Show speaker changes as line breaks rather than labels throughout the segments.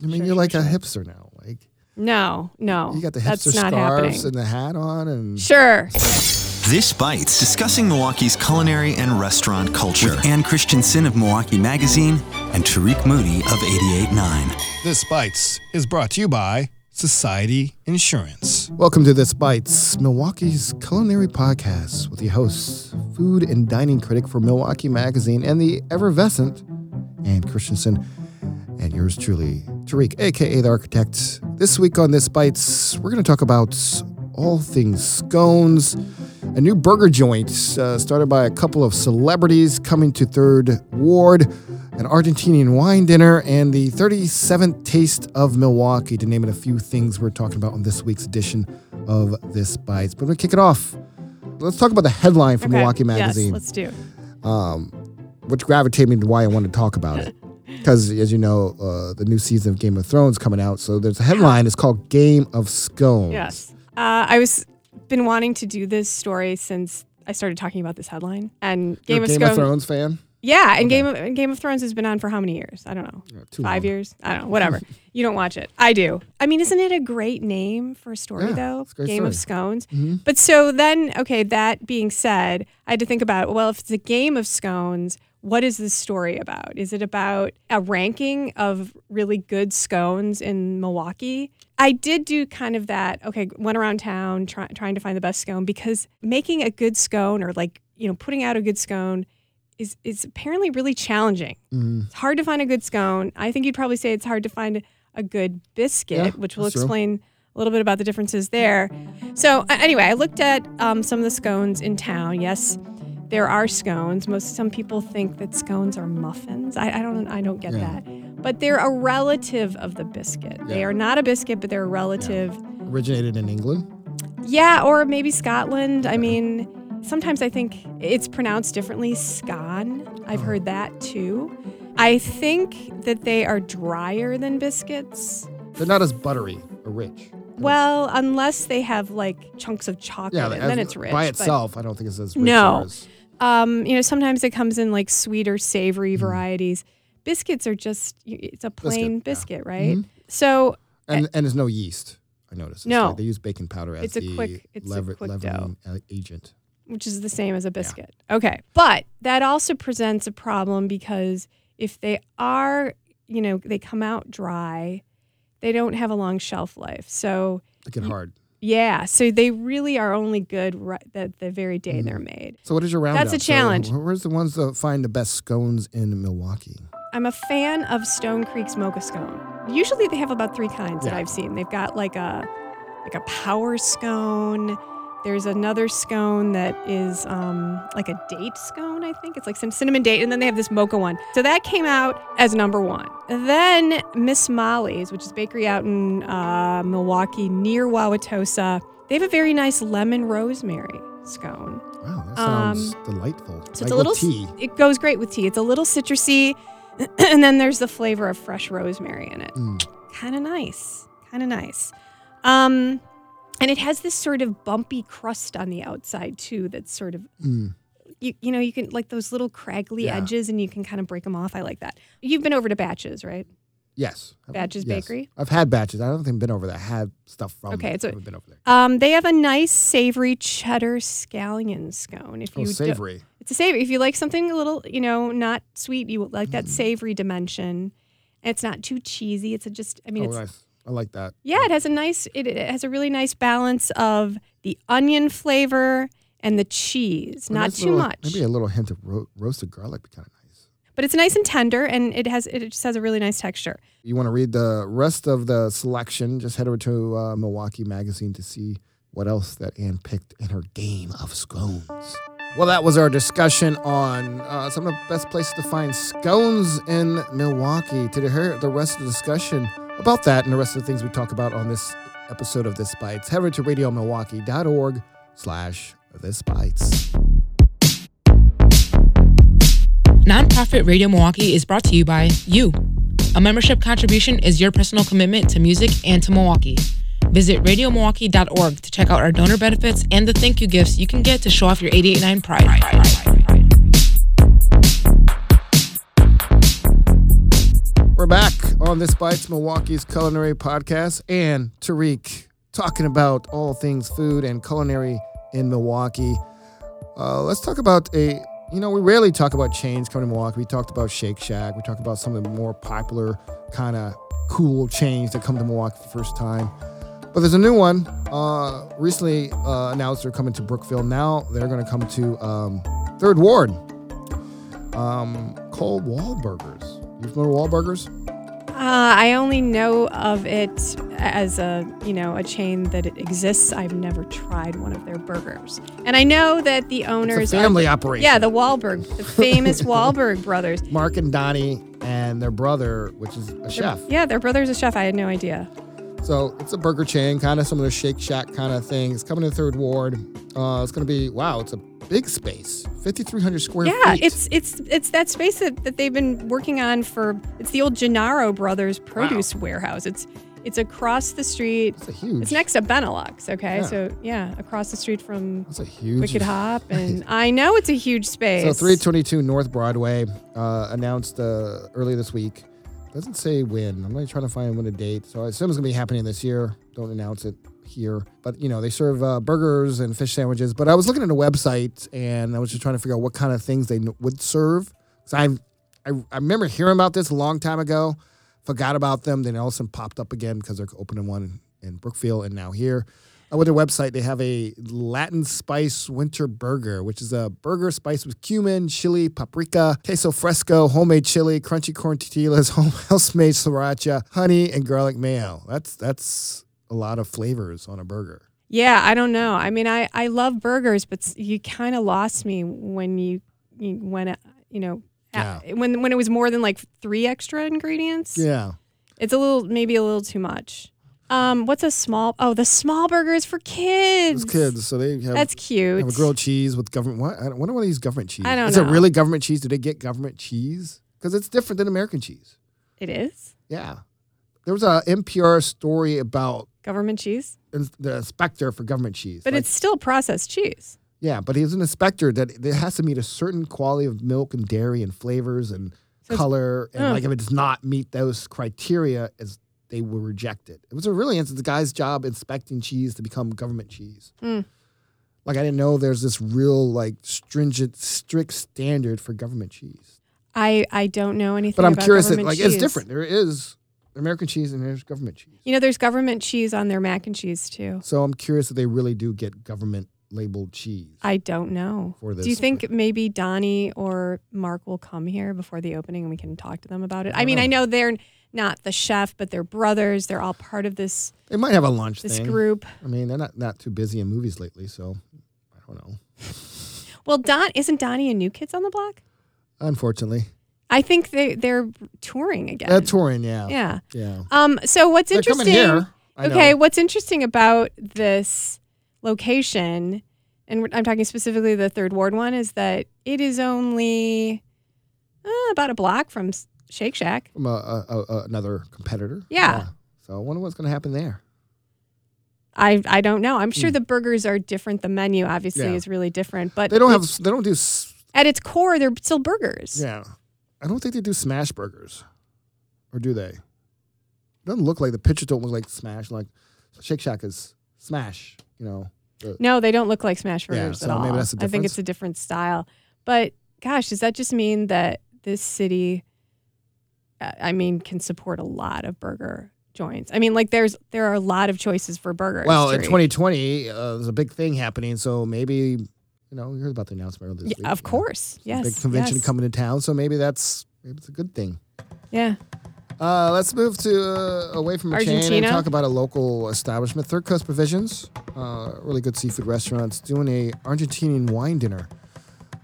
I mean,
Sure,
you're
sure,
like a
sure.
hipster now. Like
No, no.
you got the
that's
hipster
not
scarves
happening.
and the hat on, and
Sure.
This Bites, discussing Milwaukee's culinary and restaurant culture.
with Ann Christensen of Milwaukee Magazine and Tariq Moody of 88.9.
This Bites is brought to you by Society Insurance.
welcome to this bites Milwaukee's culinary podcast with your hosts, food and dining critic for Milwaukee Magazine and the effervescent Ann Christensen, and yours truly, Tariq, aka the Architect. This week on this bites, we're going to talk about all things scones. A new burger joint uh, started by a couple of celebrities coming to Third Ward, an Argentinian wine dinner, and the 37th Taste of Milwaukee, to name it a few things we're talking about on this week's edition of This Bites. But we're going to kick it off. Let's talk about the headline from
Okay.
Milwaukee Magazine
Yes, let's do.
which gravitated me to why I wanted to talk about it. Because, as you know, uh, the new season of Game of Thrones coming out. So there's a headline. It's called Game of Scones.
Yes. Uh, I was been wanting to do this story since I started talking about this headline and
You're a
Game, of,
Game
Scone-
of Thrones fan?
Yeah, and Game of, and Game of Thrones has been on for how many years? I don't know.
too
Five
long.
years? I don't know. Whatever. you don't watch it. I do. I mean, isn't it a great name for a story
Yeah,
though?
it's a great
game of
story. Mm-hmm.
Scones. But so then, okay. That being said, I had to think about well, if it's a game of scones, what is this story about? Is it about a ranking of really good scones in Milwaukee? I did do kind of that. Okay, went around town try, trying to find the best scone because making a good scone or like you know putting out a good scone is is apparently really challenging.
Mm.
It's hard to find a good scone. I think you'd probably say it's hard to find a good biscuit,
Yeah,
which will
that's true.
explain a little bit about the differences there. So a- anyway, I looked at um, some of the scones in town. Yes, there are scones. Most some people think that scones are muffins. I, I don't I don't get
Yeah.
that. But they're a relative of the biscuit. They
Yeah.
are not a biscuit, but they're a relative.
Originated in England.
Yeah, or maybe Scotland. I mean, sometimes I think it's pronounced differently, scone. I've heard that too. I think that they are drier than biscuits.
They're not as buttery or rich.
Well, unless they have like chunks of chocolate,
Yeah,
and
as-
then it's rich.
By
but,
itself, I don't think it's as rich.
No.
or as-
um, you know, sometimes it comes in like sweeter, savory varieties. Biscuits are just, it's a
Mm-hmm.
plain
Biscuit, yeah. Mm-hmm.
biscuit, right? So
and, and there's no yeast, I noticed. It's
Eh. No.
like they use baking powder as
It's a
the
quick- it's a
lever-
quick
leavening uh, agent.
which is the same as a biscuit. Okay. But that also presents a problem because if they are, you know, they come out dry, they don't have a long shelf life. So,
They get hard.
yeah, so they really are only good right the, the very day they're made.
So what is your roundup?
a
So
challenge.
wh- where's the ones that find the best scones in Milwaukee?
I'm a fan of Stone Creek's mocha scone. Usually they have about three kinds that
Yeah.
I've seen. They've got like a like a power scone. There's another scone that is um, like a date scone, I think. It's like some cinnamon date, and then they have this mocha one. So that came out as number one. Then Miss Molly's, which is bakery out in uh, Milwaukee near Wauwatosa, they have a very nice lemon rosemary scone.
Wow, that
Um,
sounds delightful.
So it's
Like
a
with
little.
tea.
It goes great with tea. It's a little citrusy, and then there's the flavor of fresh rosemary in it.
Mm.
Kind of nice. Kind of nice. Um, and it has this sort of bumpy crust on the outside too. That's sort of. You, you know you can like those little craggly
Mm. Yeah.
edges and you can kind of break them off i like that you've been over to batches right
Yes. I've-
Batches
yes.
Bakery?
I've had batches. I don't think I've been over there. I had stuff from.
Okay,
there.
so-
I haven't been over there.
um, they have a nice savory cheddar scallion scone if
Oh,
you do-
savory.
it's a savory. If you like something a little, you know, not sweet, you like
Mm.
that savory dimension. And it's not too cheesy. It's a just, I mean,
oh,
it's,
nice. I like that.
yeah, it has a nice, it, it has a really nice balance of the onion flavor and the cheese.
A
not
nice
too
little-
much,
Maybe a little hint of ro- roasted garlic would be kind of nice.
but it's nice and tender, and it has, it just has a really nice texture.
You want to read the rest of the selection? Just head over to uh, Milwaukee Magazine to see what else that Ann picked in her game of scones. Well, that was our discussion on uh, some of the best places to find scones in Milwaukee. To hear the rest of the discussion about that and the rest of the things we talk about on this episode of This Bites, head over to radiomilwaukee.org slash This Bites.
Nonprofit Radio Milwaukee is brought to you by you. A membership contribution is your personal commitment to music and to Milwaukee. Visit radiomilwaukee.org to check out our donor benefits and the thank you gifts you can get to show off your 889 pride.
We're back on This Bites Milwaukee's Culinary Podcast and Tariq talking about all things food and culinary in Milwaukee. Uh, let's talk about a, you know, we rarely talk about chains coming to Milwaukee. We talked about Shake Shack. We talked about some of the more popular, kind of cool chains that come to Milwaukee for the first time. But there's a new one uh, recently uh, announced they're coming to Brookville. Now they're going to come to um, Third Ward. Um, called Wahlburgers. You familiar with Wahlburgers?
Uh, I only know of it as a you know a chain that it exists. I've never tried one of their burgers, and I know that the owners
it's a family
are,
operation.
yeah, the Wahlberg, the famous Wahlberg brothers.
Mark and Donnie and their brother, which is a chef.
Yeah, their brother's a chef. I had no idea.
So it's a burger chain, kind of similar to Shake Shack kind of thing. It's coming to Third Ward. Uh, it's going to be wow. It's a big space, 5,300 square
Yeah,
feet.
it's it's it's that space that, that they've been working on for. It's the old Gennaro Brothers Produce Warehouse. It's it's across the street.
It's a huge.
It's next to Benelux. Okay,
Yeah.
so yeah, across the street from
It's a huge.
Wicked Hop, and I know it's a huge space.
So 322 North Broadway uh, announced uh, earlier this week. Doesn't say when. I'm really trying to find when a date. So I assume it's gonna be happening this year. Don't announce it here. But you know they serve uh, burgers and fish sandwiches. But I was looking at a website and I was just trying to figure out what kind of things they kn- would serve. Cause I, I I remember hearing about this a long time ago. Forgot about them. Then all of a sudden popped up again because they're opening one in Brookfield and now here. I went to their website. They have a Latin spice winter burger, which is a burger spiced with cumin, chili, paprika, queso fresco, homemade chili, crunchy corn tortillas, home house-made sriracha, honey, and garlic mayo. That's that's a lot of flavors on a burger.
Yeah, I don't know. I mean, I, I love burgers, but s- you kind of lost me when you, you when uh, you know a- when when it was more than like three extra ingredients.
Yeah.
It's a little maybe a little too much. Um, what's a small? Oh, the small burger is for kids.
Those kids, so they have,
That's cute.
have a grilled cheese with government. What? I don't- wonder what these government cheese.
I don't
is
know.
it really government cheese? Do they get government cheese? Because it's different than American cheese.
It is
Yeah. There was a NPR story about
government cheese,
the inspector for government cheese.
but
Like,
it's still processed cheese.
Yeah, but he's an inspector that that has to meet a certain quality of milk and dairy and flavors and
So it's-
color. And
Oh.
like if it does not meet those criteria, as they will reject it. It was a really it's the guy's job inspecting cheese to become government cheese.
Mm.
Like I didn't know there's this real like stringent, strict standard for government cheese.
I I don't know anything.
But I'm
about
curious that like
government cheese.
it's different. There is American cheese and there's government cheese.
You know, there's government cheese on their mac and cheese too.
So I'm curious that they really do get government labeled cheese.
I don't know.
For
Do you
this
think maybe Donnie or Mark will come here before the opening and we can talk to them about it? I mean, I know they're not the chef, but they're brothers. They're all part of this
they might have a lunch
this
thing.
group.
I mean, they're not, not too busy in movies lately, so I don't know.
Well, Don isn't Donnie and New Kids on the Block?
Unfortunately,
I think they they're touring again.
uh, touring, yeah,
yeah.
yeah.
Um. So what's
They're coming
interesting?
here. I
okay.
know.
What's interesting about this location, and we're- I'm talking specifically the Third Ward one, is that it is only uh, about a block from S- Shake Shack.
from a, a, a, another competitor.
Yeah.
So I wonder what's going to happen there.
I I don't know. I'm sure the burgers are different. The menu obviously
Hmm. Yeah.
is really different, but
They don't have.
it's-
They don't do. s-
at its core they're still burgers.
Yeah, I don't think they do smash burgers, or do they? doesn't look like the pictures don't look like smash. Like Shake Shack is smash. You know. the-
No, they don't look like smash
Yeah,
burgers
so
at all.
maybe that's the
I think
difference.
it's a different style. But gosh, does that just mean that this city uh, I mean can support a lot of burger joints? I mean like there's there are a lot of choices for burgers.
Well, in
Tariq.
2020, uh, there's a big thing happening, so maybe you know you heard about the announcement earlier this
Yeah,
week.
of
yeah.
course. Yes.
big convention
yes.
coming to town, so maybe that's maybe it's a good thing.
Yeah.
Uh, let's move to uh, away from a chain and
Argentina?
talk about a local establishment, Third Coast Provisions, uh, really good seafood restaurants, doing a Argentinian wine dinner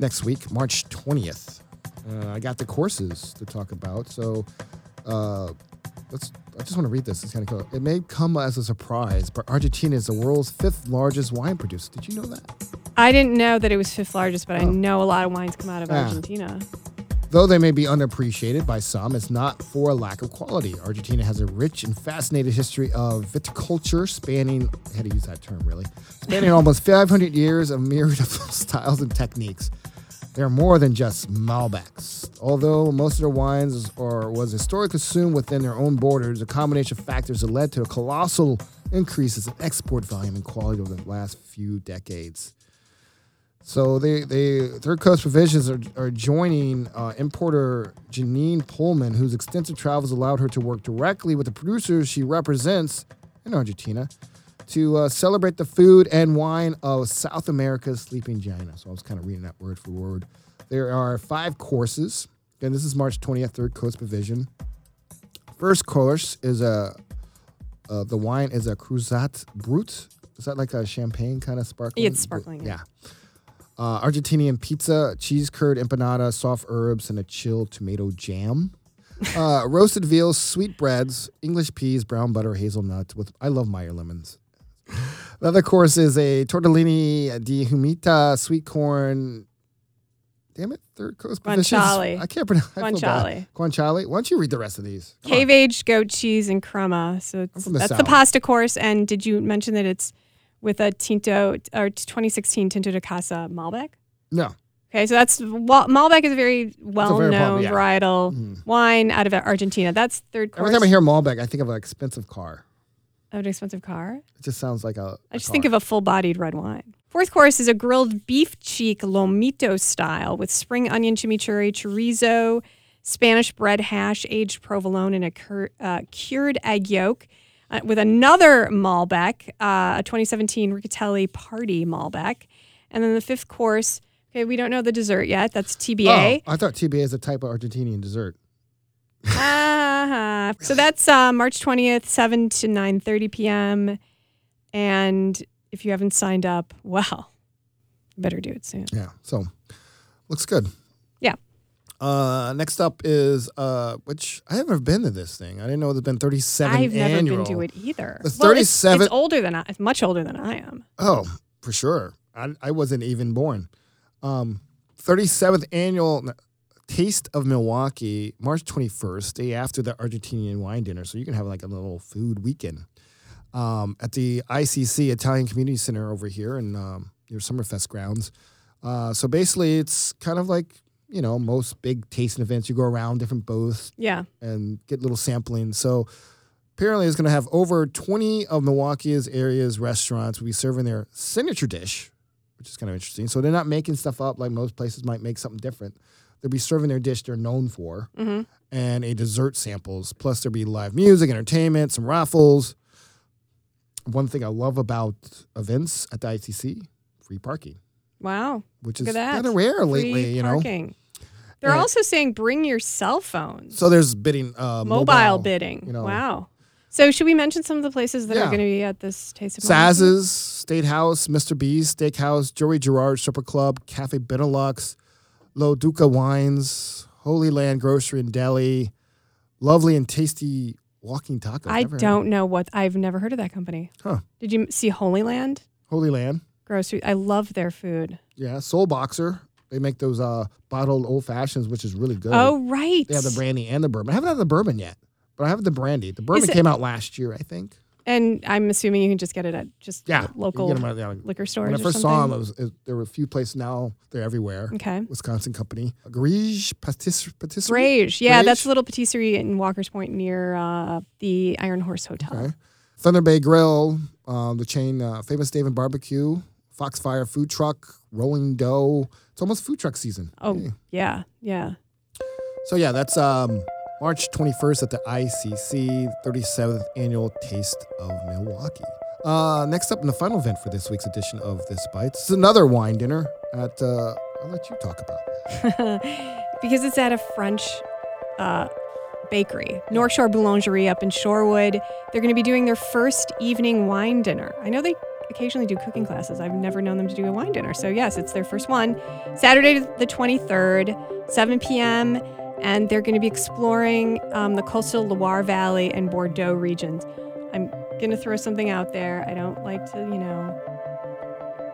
next week, March twentieth. Uh, I got the courses to talk about, so uh, let's. I just want to read this. It's kind of cool. It may come as a surprise, but Argentina is the world's fifth largest wine producer. Did you know that?
I didn't know that it was fifth largest, but I know a lot of wines come out of
Oh. Yeah.
Argentina.
Though they may be unappreciated by some, it's not for a lack of quality. Argentina has a rich and fascinating history of viticulture spanning, I had to use that term really, spanning almost 500 years of myriad of styles and techniques. They're more than just Malbecs. Although most of their wines are, was historically consumed within their own borders, a combination of factors that led to a colossal increases in export volume and quality over the last few decades. So they, they Third Coast Provisions are, are joining uh, importer Janine Pullman, whose extensive travels allowed her to work directly with the producers she represents in Argentina to uh, celebrate the food and wine of South America's sleeping giant. So I was kind of reading that word for word. There are five courses, and this is March 20th, Third Coast Provision. First course is a uh, the wine is a Cruzat Brut. Is that like a champagne kind of sparkling?
It's sparkling,
Yeah. Uh, Argentinian pizza, cheese curd empanada, soft herbs, and a chilled tomato jam. Uh, roasted veal, sweetbreads, English peas, brown butter, hazelnuts. With I love Meyer lemons. The other course is a tortellini di humita, sweet corn. Damn it, third coast. provisions.
Guanciale.
I can't pronounce. I feel bad.
Guanciale.
Guanciale. Why don't you read the rest of these? Come on.
Cave aged goat cheese and crema. So it's,
from the
that's the
South.
pasta course. And did you mention that it's with a Tinto or 2016 Tinto de Casa Malbec?
No.
Okay, so that's well, Malbec is a very well known
popular- yeah. Mm.
varietal wine out of Argentina. That's third course.
Every time I hear Malbec, I think of an expensive car.
of an expensive car.
It just sounds like a.
I just think of a full bodied red wine. Fourth course is a grilled beef cheek lomito style with spring onion chimichurri, chorizo, Spanish bread hash, aged provolone, and a cur- uh, cured egg yolk. uh, with another Malbec, uh, a 2017 Riccatelli Party Malbec. And then the fifth course, okay, we don't know the dessert yet. That's TBA.
Oh, I thought TBA is a type of Argentinian dessert.
Uh-huh. So that's uh, March 20th, 7 to 9.30 p.m. And if you haven't signed up, well, better do it soon.
Yeah. So, looks good.
Yeah.
Uh, next up is uh, which I haven't been to this thing. I didn't know there's been 37
I've never
annual.
been to it either.
The
Well, it's-
37
it's older than I, it's much older than I am.
Oh, for sure. I, I wasn't even born. Um, 37th annual Taste of Milwaukee, March 21st, day after the Argentinian wine dinner. So you can have like a little food weekend um, at the ICC Italian Community Center over here in um, your Summerfest grounds. Uh, so basically, it's kind of like, you know, most big tasting events. You go around different booths,
Yeah.
and get little sampling. So apparently, it's going to have over 20 of Milwaukee's area's restaurants will be serving their signature dish, which is kind of interesting. So they're not making stuff up like most places might make something different. They'll be serving their dish they're known for
Mhm.
and a dessert samples. Plus, there'll be live music, entertainment, some raffles. One thing I love about events at the ICC, free parking,
Wow.
which
Look
is
at that.
kind of rare lately,
Free
you know.
parking. They're
Yeah.
also saying bring your cell phones.
So there's bidding, uh,
mobile, bidding.
you know.
wow. So should we mention some of the places that
Yeah.
are going to be at this Taste of Milwaukee?
Saz's, State House, Mr. B's, Steakhouse, Joey Gerard Supper Club, Cafe Benelux, Lo Duca Wines, Holy Land Grocery and Deli, Lovely and Tasty Walking Tacos.
I
Never heard of
don't know what I've never heard of that company.
Huh.
Did you see Holy Land
Holy Land.
Grocery? I love their food.
Yeah. Soul Boxer. They make those uh, bottled old fashions, which is really good.
Oh right.
They have the brandy and the bourbon. I haven't had the bourbon yet, but I have the brandy. The bourbon
it-
came out last year, I think.
And I'm assuming you can just get it at just
Yeah. you can
local
get 'em at, yeah,
liquor stores.
When I
or
first saw
something.
them, it was, it, there were a few places now. They're everywhere.
Okay.
Wisconsin company. Garige Patis- Patisserie.
Rage. Yeah, that's
Rage?
a little patisserie in Walker's Point near uh, the Iron Horse Hotel.
Okay. Thunder Bay Grill, um, the chain uh, Famous Dave and Barbecue, Foxfire Food Truck, Rolling Dough. It's almost food truck season.
Oh
Hey.
yeah, yeah.
So, yeah, that's um, March 21st at the ICC, 37th Annual Taste of Milwaukee. Uh, next up in the final event for this week's edition of This Bites is another wine dinner at, uh, I'll let you talk about that.
because it's at a French uh, bakery, North Shore Boulangerie up in Shorewood. They're going to be doing their first evening wine dinner. I know they occasionally do cooking classes. I've never known them to do a wine dinner. So, yes, it's their first one. Saturday, the 23rd, 7 p.m. And they're going to be exploring um, the coastal Loire Valley and Bordeaux regions. I'm going to throw something out there. I don't like to, you know,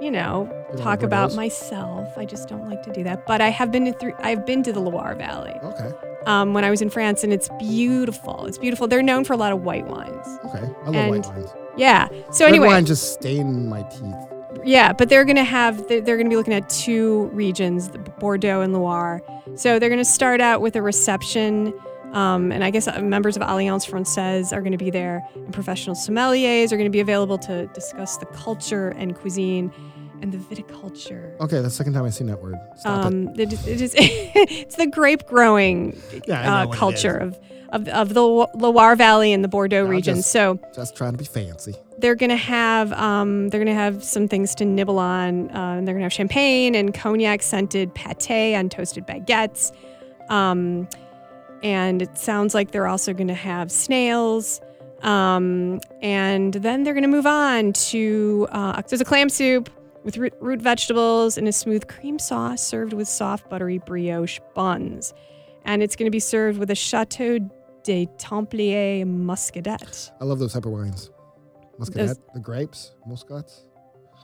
you know,
You don't
talk
know
about
Bordeaux's?
myself. I just don't like to do that. But I have been to three, I've been to the Loire Valley
Okay.
um, when I was in France, and it's beautiful. It's beautiful. They're known for a lot of white wines.
Okay. I love
And-
white wines.
Yeah. So
Red
anyway,
wine just stained my teeth.
Yeah, but they're going to have they're going to be looking at two regions, the Bordeaux and Loire. So they're going to start out with a reception. Um, and I guess uh, members of Alliance Francaise are going to be there, and professional sommeliers are going to be available to discuss the culture and cuisine and the viticulture.
Okay, that's the second time I've seen that word. Stop it.
Um, it is, it is it's the grape growing
Yeah, I know
uh,
what it
culture of, of of the Lo- Loire Valley and the Bordeaux region.
just-
so
Just trying to be fancy.
they're gonna have um, they're gonna have some things to nibble on. Uh, and they're gonna have champagne and cognac scented pate on toasted baguettes, um, and it sounds like they're also gonna have snails. Um, and then they're gonna move on to uh, there's a clam soup with root, root vegetables and a smooth cream sauce served with soft buttery brioche buns, and it's gonna be served with a Chateau des Templiers Muscadet.
I love those type of wines. Muscadet, the grapes, muscats.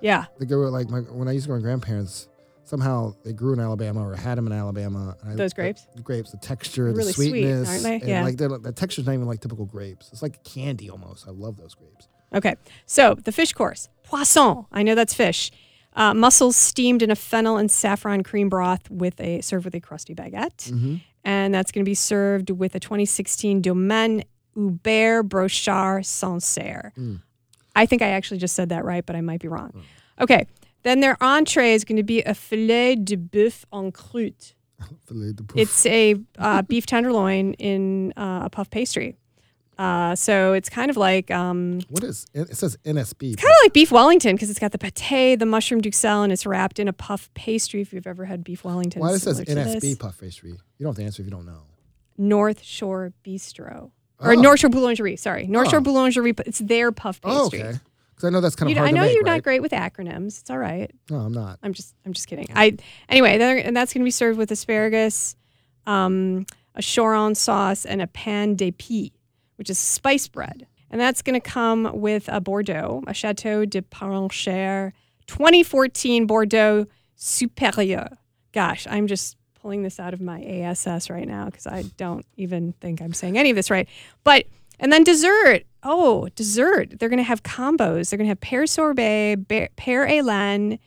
Yeah.
They go like my when I used to go to my grandparents. Somehow they grew in Alabama or had them in Alabama. and I-
Those
the-
grapes?
the grapes, the texture, the
Really sweet,
sweetness,
aren't they?
and
Yeah.
like they're not- the texture's not even like typical grapes. It's like candy almost. I love those grapes.
Okay. So the fish course, poisson. I know that's fish. Uh, mussels steamed in a fennel and saffron cream broth with a served with a crusty baguette, and that's going to be served with a 2016 Domaine Hubert Brochard Sancerre. I think I actually just said that right, but I might be wrong. Okay. Then their entree is going to be a filet de bœuf en croûte.
Filet de pouf.
It's a uh, beef tenderloin in uh, a puff pastry. Uh, so it's kind of like um,
what is it? says NSB.
kind of like beef Wellington because it's got the pate, the mushroom duxelle, and it's wrapped in a puff pastry. If you've ever had beef Wellington,
Why
it's
it says
similar to
NSB
this.
puff pastry? You don't have to answer if you don't know.
North Shore Bistro
Oh.
or North Shore Boulangerie. Sorry, North
Oh.
Shore Boulangerie. but It's their puff
Oh,
pastry.
okay. Because I know that's kind
You
of
know-
hard
I know
to make,
you're
right?
not great with acronyms. It's all right.
No, I'm not.
I'm just I'm just kidding. I anyway, then- and that's going to be served with asparagus, um, a choron sauce, and a pan de pie, which is spice bread, and that's going to come with a Bordeaux, a Chateau de Parenchère 2014 Bordeaux Supérieur. Gosh, I'm just pulling this out of my ASS right now because I don't even think I'm saying any of this right. But and then dessert. Oh, dessert. They're going to have combos. They're going to have pear sorbet, bear, pear élan,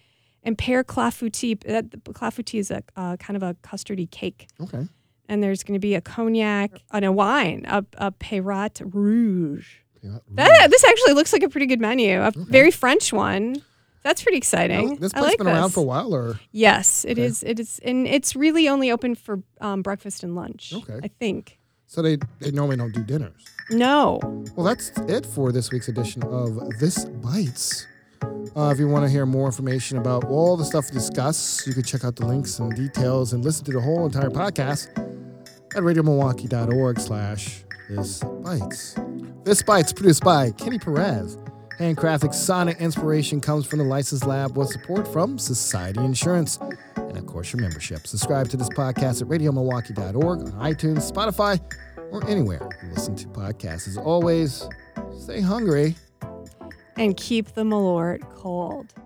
and pear clafouti. That clafouti is a uh, kind of a custardy cake.
Okay.
And there's going to be a cognac and a wine, a, a Perrat Rouge.
Yeah,
That, this actually looks like a pretty good menu, a very French one. That's pretty exciting.
This
I
place has
like
been
this.
around for a while, or
Yes, it is. It is, and it's really only open for um, breakfast and lunch.
Okay.
I think.
so they they normally don't do dinners.
No,
Well, that's it for this week's edition of This Bites. Uh, if you want to hear more information about all the stuff we discuss, you can check out the links and details and listen to the whole entire podcast at radiomilwaukee.org slash This Bites. This Bites produced by Kenny Perez. Handcrafted sonic inspiration comes from the License Lab with support from Society Insurance and, of course, your membership. Subscribe to this podcast at radiomilwaukee.org, on iTunes, Spotify, or anywhere you listen to podcasts. As always, stay hungry.
and keep the malort cold.